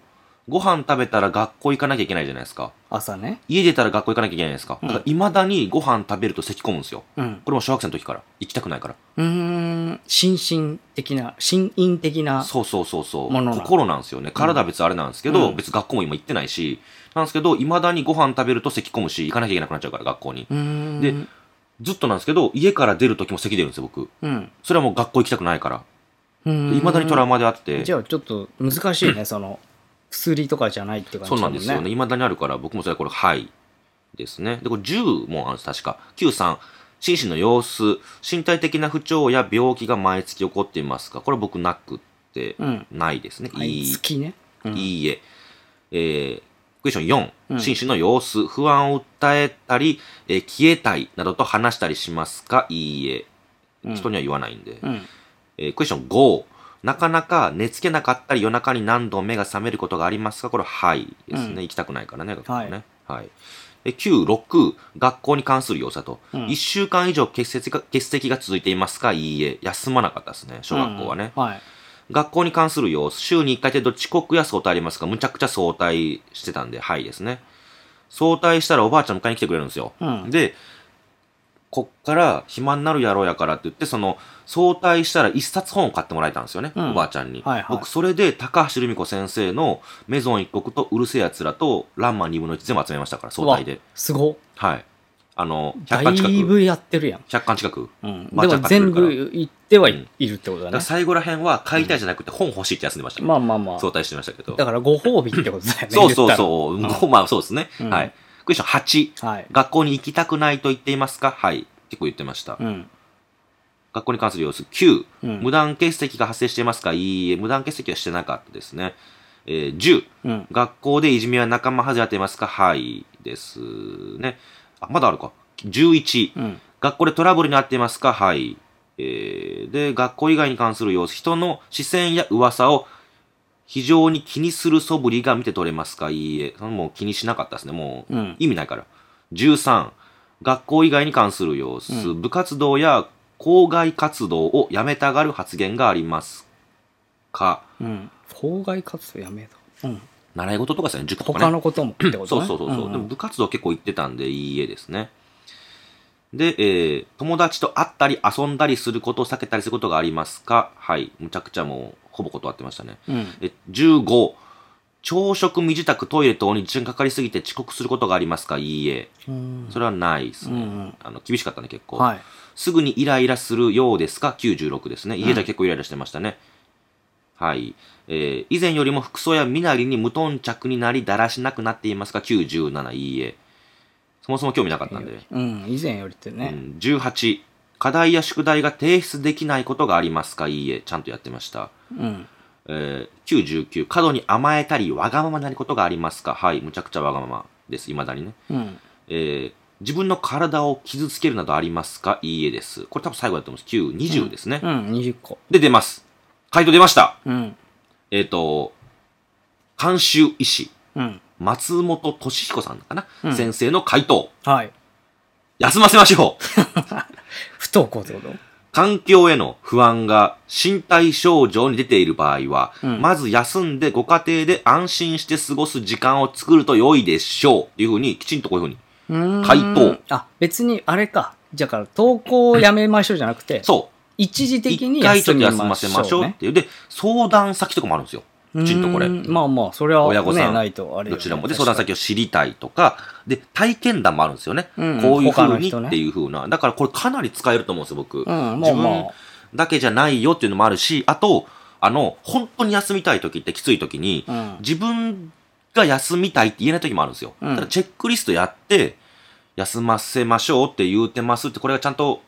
Speaker 2: ご飯食べたら学校行かなきゃいけないじゃないですか。
Speaker 1: 朝ね。
Speaker 2: 家出たら学校行かなきゃいけないじゃないですか。だから、未だにご飯食べると咳込むんですよ。
Speaker 1: うん。
Speaker 2: これも小学生の時から。行きたくないから。
Speaker 1: うーん。心身的な、心因的な。
Speaker 2: そうそうそうそう。
Speaker 1: ものな
Speaker 2: 心なんですよね。体は別にあれなんですけど、
Speaker 1: うん
Speaker 2: 別に学校も今行ってないし、なんですけど、未だにご飯食べると咳込むし、行かなきゃいけなくなっちゃうから、学校に。
Speaker 1: うーん。
Speaker 2: でずっとなんですけど、家から出る時も咳出るんですよ、僕。
Speaker 1: うん。
Speaker 2: それはもう学校行きたくないから。
Speaker 1: うん
Speaker 2: いまだにトラウマであって。
Speaker 1: じゃあちょっと難しいね、その、薬とかじゃないって感じ
Speaker 2: そう
Speaker 1: だ
Speaker 2: な
Speaker 1: もん
Speaker 2: んで
Speaker 1: ね。
Speaker 2: すよね。未だにあるから、僕もそれこれ、はい。ですね。で、これ10もあるんです、確か。9、3。心身の様子、身体的な不調や病気が毎月起こっていますかこれ僕なくって、
Speaker 1: うん。
Speaker 2: ないですね。
Speaker 1: はい
Speaker 2: い
Speaker 1: い、
Speaker 2: い
Speaker 1: 好きね。うん
Speaker 2: いいえ。えークエスチョン
Speaker 1: う
Speaker 2: 4、
Speaker 1: ん
Speaker 2: 心身の様子、不安を訴えたり、えー消えたいなどと話したりしますかいいえ。
Speaker 1: うん
Speaker 2: 人には言わないんで。
Speaker 1: うん。
Speaker 2: えークエスチョン5、なかなか寝つけなかったり夜中に何度目が覚めることがありますかこれははいですね、
Speaker 1: うん
Speaker 2: 行きたくないからね、学校ね。はい。えー9、6、学校に関する様子だと。
Speaker 1: う
Speaker 2: 一
Speaker 1: ん
Speaker 2: 1週間以上欠席が欠席が続いていますかいいえ。休まなかったですね、小学校はね。
Speaker 1: うんはい。
Speaker 2: 学校に関する様子、週に1回程度遅刻や早退ありますかむちゃくちゃ早退してたんで、はいですね。早退したらおばあちゃん迎えに来てくれるんですよ。
Speaker 1: うん
Speaker 2: で、こっから暇になるやろうやからって言って、その、早退したら一冊本を買ってもらえたんですよね、
Speaker 1: うん
Speaker 2: おばあちゃんに。
Speaker 1: はいはい
Speaker 2: 僕、それで高橋留美子先生のメゾン一国とうるせえやつらとランマン二分の一全部集めましたから、早退
Speaker 1: う
Speaker 2: で
Speaker 1: わ。すご。
Speaker 2: はい。あの、
Speaker 1: だ
Speaker 2: 100巻近
Speaker 1: い
Speaker 2: く。
Speaker 1: ぶやってるやん。
Speaker 2: 100巻近く。
Speaker 1: うん。
Speaker 2: まあ
Speaker 1: でも全
Speaker 2: ちゃんとやって
Speaker 1: 部行ってはい,、
Speaker 2: うん
Speaker 1: いるってことだ
Speaker 2: だから
Speaker 1: ね。
Speaker 2: 最後ら辺は買いたいじゃなくて本欲しいって休んでました。
Speaker 1: まあまあまあ。
Speaker 2: 早退してましたけど。
Speaker 1: だからご褒美ってことだよね。
Speaker 2: [LAUGHS] そうそう
Speaker 1: う。
Speaker 2: そう。
Speaker 1: 言ったら
Speaker 2: うんま [LAUGHS] あそうですね。
Speaker 1: うん
Speaker 2: はい。クエスチョン8。
Speaker 1: はい。
Speaker 2: 学校に行きたくないと言っていますかはい。結構言ってました。
Speaker 1: うん。
Speaker 2: 学校に関する様子。9。
Speaker 1: うん
Speaker 2: 無断欠席が発生していますかいいえ。無断欠席はしてなかったですね。えー10。
Speaker 1: うん。
Speaker 2: 学校でいじめは仲間外れやっていますかはい。ですね。あ、まだあるか。11。
Speaker 1: うん。
Speaker 2: 学校でトラブルになっていますかはい。えーで、学校以外に関する様子、人の視線や噂を非常に気にする素振りが見て取れますかいいえ。そのもう気にしなかったですね。もう
Speaker 1: うん、
Speaker 2: 意味ないから。13、学校以外に関する様子、部活動や校外活動をやめたがる発言がありますか
Speaker 1: うん。妨害活動やめろ。うん。
Speaker 2: 習い事とかですね、塾とかね。
Speaker 1: 他のこともってことね。
Speaker 2: そうそうそうそう、
Speaker 1: ん
Speaker 2: でも部活動結構行ってたんで、いいえですね。で、えー友達と会ったり遊んだりすることを避けたりすることがありますかはい。むちゃくちゃもう、ほぼ断ってましたね。
Speaker 1: うん。
Speaker 2: え15、朝食、身支度、トイレ等に時間かかりすぎて遅刻することがありますかいいえ。
Speaker 1: うん。
Speaker 2: それはないですね。
Speaker 1: うんうん
Speaker 2: あの厳しかったね、結構、
Speaker 1: はい。
Speaker 2: すぐにイライラするようですか ?96 ですね。家では結構イライラしてましたね。はい。えー以前よりも服装や身なりに無頓着になり、だらしなくなっていますか ?97、いいえ。そもそも興味なかったんで。
Speaker 1: うん。以前よりって
Speaker 2: う
Speaker 1: ね。
Speaker 2: ん、18、課題や宿題が提出できないことがありますかいいえ。ちゃんとやってました。
Speaker 1: うん。
Speaker 2: えー99、過度に甘えたり、わがままなることがありますかはい。むちゃくちゃわがままです。未だにね。
Speaker 1: うん。
Speaker 2: えー自分の体を傷つけるなどありますかいいえです。これ多分最後だと思います。9、20ですね。
Speaker 1: うん。20個。
Speaker 2: で、出ます。回答出ました。
Speaker 1: うん。
Speaker 2: えっ、と、監修医師、
Speaker 1: うん。
Speaker 2: 松本俊彦さんかな、
Speaker 1: うん
Speaker 2: 先生の回答。
Speaker 1: はい。
Speaker 2: 休ませましょう。
Speaker 1: 不登校ってこと
Speaker 2: 環境への不安が身体症状に出ている場合は、
Speaker 1: うん
Speaker 2: まず休んでご家庭で安心して過ごす時間を作ると良いでしょう。というふうに、きちんとこういうふうに。
Speaker 1: うーん
Speaker 2: 回答。
Speaker 1: あ、別にあれか。じゃあから、投稿をやめましょうじゃなくて、
Speaker 2: そう。
Speaker 1: 一時的に
Speaker 2: 一回ち
Speaker 1: 休
Speaker 2: ょっと
Speaker 1: み
Speaker 2: 休
Speaker 1: ま
Speaker 2: ま
Speaker 1: し
Speaker 2: せ
Speaker 1: ょう、ね。
Speaker 2: ましょうっていう。で、相談先とかもあるんですよ。きちんとこれ
Speaker 1: う。ーんまあまあ、それは、ね、
Speaker 2: 親御さん
Speaker 1: ないとあれよ
Speaker 2: ど
Speaker 1: ね
Speaker 2: ちらも。で、相談。先を知りたいとか、で、体験談もあるんですよね。
Speaker 1: うん
Speaker 2: こういうふ
Speaker 1: 他
Speaker 2: う
Speaker 1: の
Speaker 2: に
Speaker 1: 人ね
Speaker 2: っていうふうな。だからこれかなり使えると思うんですよ、
Speaker 1: 確
Speaker 2: 僕。
Speaker 1: かにうん、ま
Speaker 2: 自
Speaker 1: あま
Speaker 2: 分
Speaker 1: あ。
Speaker 2: だけじゃないよっていうのもあるし、あと、あの、本当に休みたい時ってきつい時に、
Speaker 1: うん
Speaker 2: 自分が休みたいって言えない時もあるんですよ。
Speaker 1: うん
Speaker 2: ただチェックリストやって、休ませましょうって言うてますって、これがちゃんと、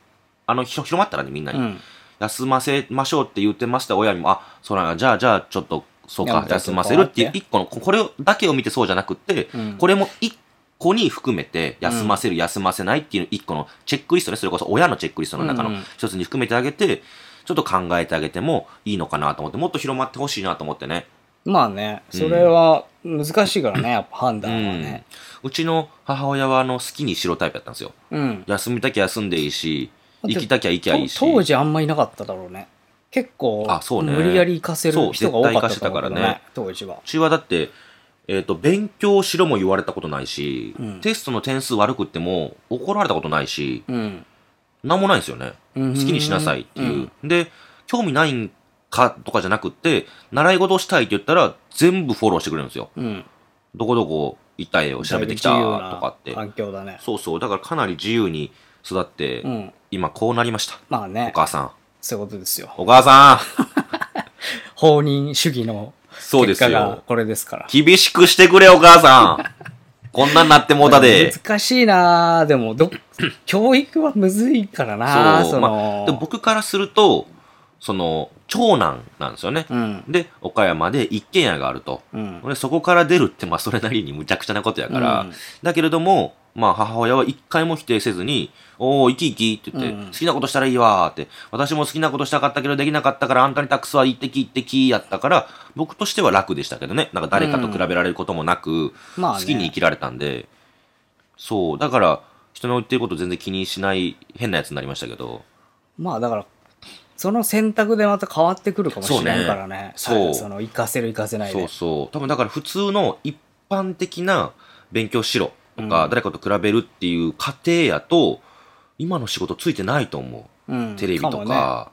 Speaker 2: あの、ひろ広まったらね、みんなに。
Speaker 1: うん
Speaker 2: 休ませましょうって言ってました親にも、あ、そうなんやじゃあ、じゃあ、ちょっと、そう
Speaker 1: や
Speaker 2: か
Speaker 1: め、た
Speaker 2: 休ませるってい
Speaker 1: ち
Speaker 2: う
Speaker 1: ょっと変わって
Speaker 2: 一個の、ここれだけを見てそうじゃなくって、
Speaker 1: うん
Speaker 2: これも一個に含めて、休ませる、休ませないっていう一個のチェックリストね、それこそ親のチェックリストの中
Speaker 1: うん
Speaker 2: の
Speaker 1: うん
Speaker 2: 一つに含めてあげて、ちょっと考えてあげてもいいのかなと思って、もっと広まってほしいなと思ってね。
Speaker 1: まあね、それは難しいからね、やっぱ判断はね。
Speaker 2: うちの母親は、あの、好きにしろタイプだったんですよ。
Speaker 1: うん。
Speaker 2: 休みたきゃ休んでいいし、
Speaker 1: だって
Speaker 2: 行きたきゃ行きゃいいし。
Speaker 1: と当時あんまいなかっただろうね。結構、
Speaker 2: あそうね
Speaker 1: 無理やり行かせ
Speaker 2: そ
Speaker 1: る
Speaker 2: う
Speaker 1: 人が多かったと思うけど
Speaker 2: 絶対行かせたからね
Speaker 1: ね、当時は
Speaker 2: う。ちはだって、えっ、と、勉強しろも言われたことないし、
Speaker 1: うん
Speaker 2: テストの点数悪くっても怒られたことないし、
Speaker 1: うん。
Speaker 2: なんもないんですよね。
Speaker 1: 好
Speaker 2: 好きにしなさいっていう。で、興味ないんかとかじゃなくって、習い事をしたいって言ったら全部フォローしてくれるんですよ。
Speaker 1: うん。うん。
Speaker 2: どこどこ行った絵を調べてきたとかって。
Speaker 1: 環境だね。
Speaker 2: そうそう。だからかなり自由に育って、
Speaker 1: うん。
Speaker 2: 今こうなりました。
Speaker 1: まあね
Speaker 2: お、母さん。
Speaker 1: そういうことですよ。
Speaker 2: お母さ
Speaker 1: [LAUGHS] 放任主義の
Speaker 2: そうで
Speaker 1: 結果
Speaker 2: すよ
Speaker 1: がこれですから。
Speaker 2: ん厳しくしてくれ、お母さんこんなんなってもうた
Speaker 1: [LAUGHS]
Speaker 2: で。
Speaker 1: 難しいなあでも
Speaker 2: [CLEARS THROAT]
Speaker 1: ど、教育はむずいからなあ
Speaker 2: そう
Speaker 1: そ
Speaker 2: まあ、でも
Speaker 1: の、
Speaker 2: 僕からすると、その、長男なんですよね。
Speaker 1: うん。
Speaker 2: で、岡山で一軒家があると。
Speaker 1: うん。
Speaker 2: 俺そこから出るって、まあそれなりに無茶苦茶なことやから、
Speaker 1: うん
Speaker 2: だけれども、まあ母親は一回も否定せずに、おお、生き生きって言って、
Speaker 1: うん
Speaker 2: 好きなことしたらいいわーって、私も好きなことしたかったけどできなかったから、あんたに託すわ、一滴一滴やったから、僕としては楽でしたけどね。なんか誰かと比べられることもなく、
Speaker 1: まあね
Speaker 2: 好きに生きられたんで、そう、だから、人の言ってること全然気にしない変なやつになりましたけど、
Speaker 1: まあだから、その選択でまた変わってくるかもしれないからね。
Speaker 2: そうねそう
Speaker 1: その、行かせる行かせないで。
Speaker 2: そうそう。多分だから普通の一般的な勉強しろとか、
Speaker 1: うん
Speaker 2: 誰かと比べるっていう過程やと、今の仕事ついてないと思う。
Speaker 1: うん
Speaker 2: テレビとか。
Speaker 1: もね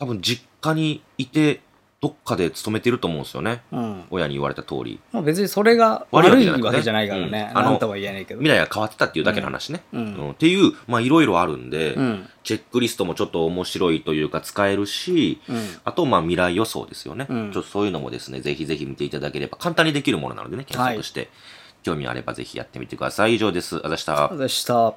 Speaker 2: 多分実家にいて、どっかで勤めてると思うんですよね。
Speaker 1: うん。
Speaker 2: 親に言われた通り。
Speaker 1: まあ別にそれが
Speaker 2: 悪い
Speaker 1: 悪
Speaker 2: わけ
Speaker 1: い
Speaker 2: じゃなくてね
Speaker 1: わけじゃないからね。
Speaker 2: うんあの
Speaker 1: なんとは言えないけど。
Speaker 2: 未来が変わってたっていうだけの話ね。
Speaker 1: うん
Speaker 2: うんっていう、まあいろいろあるんで、
Speaker 1: うん。
Speaker 2: チェックリストもちょっと面白いというか使えるし、
Speaker 1: うん。
Speaker 2: あと、まあ、未来予想ですよね。
Speaker 1: うん
Speaker 2: ちょっとそういうのもですね、ぜひぜひ見ていただければ、簡単にできるものなのでね、検索して、興味あればぜひやってみてください。以上です。あざした
Speaker 1: あ。でした。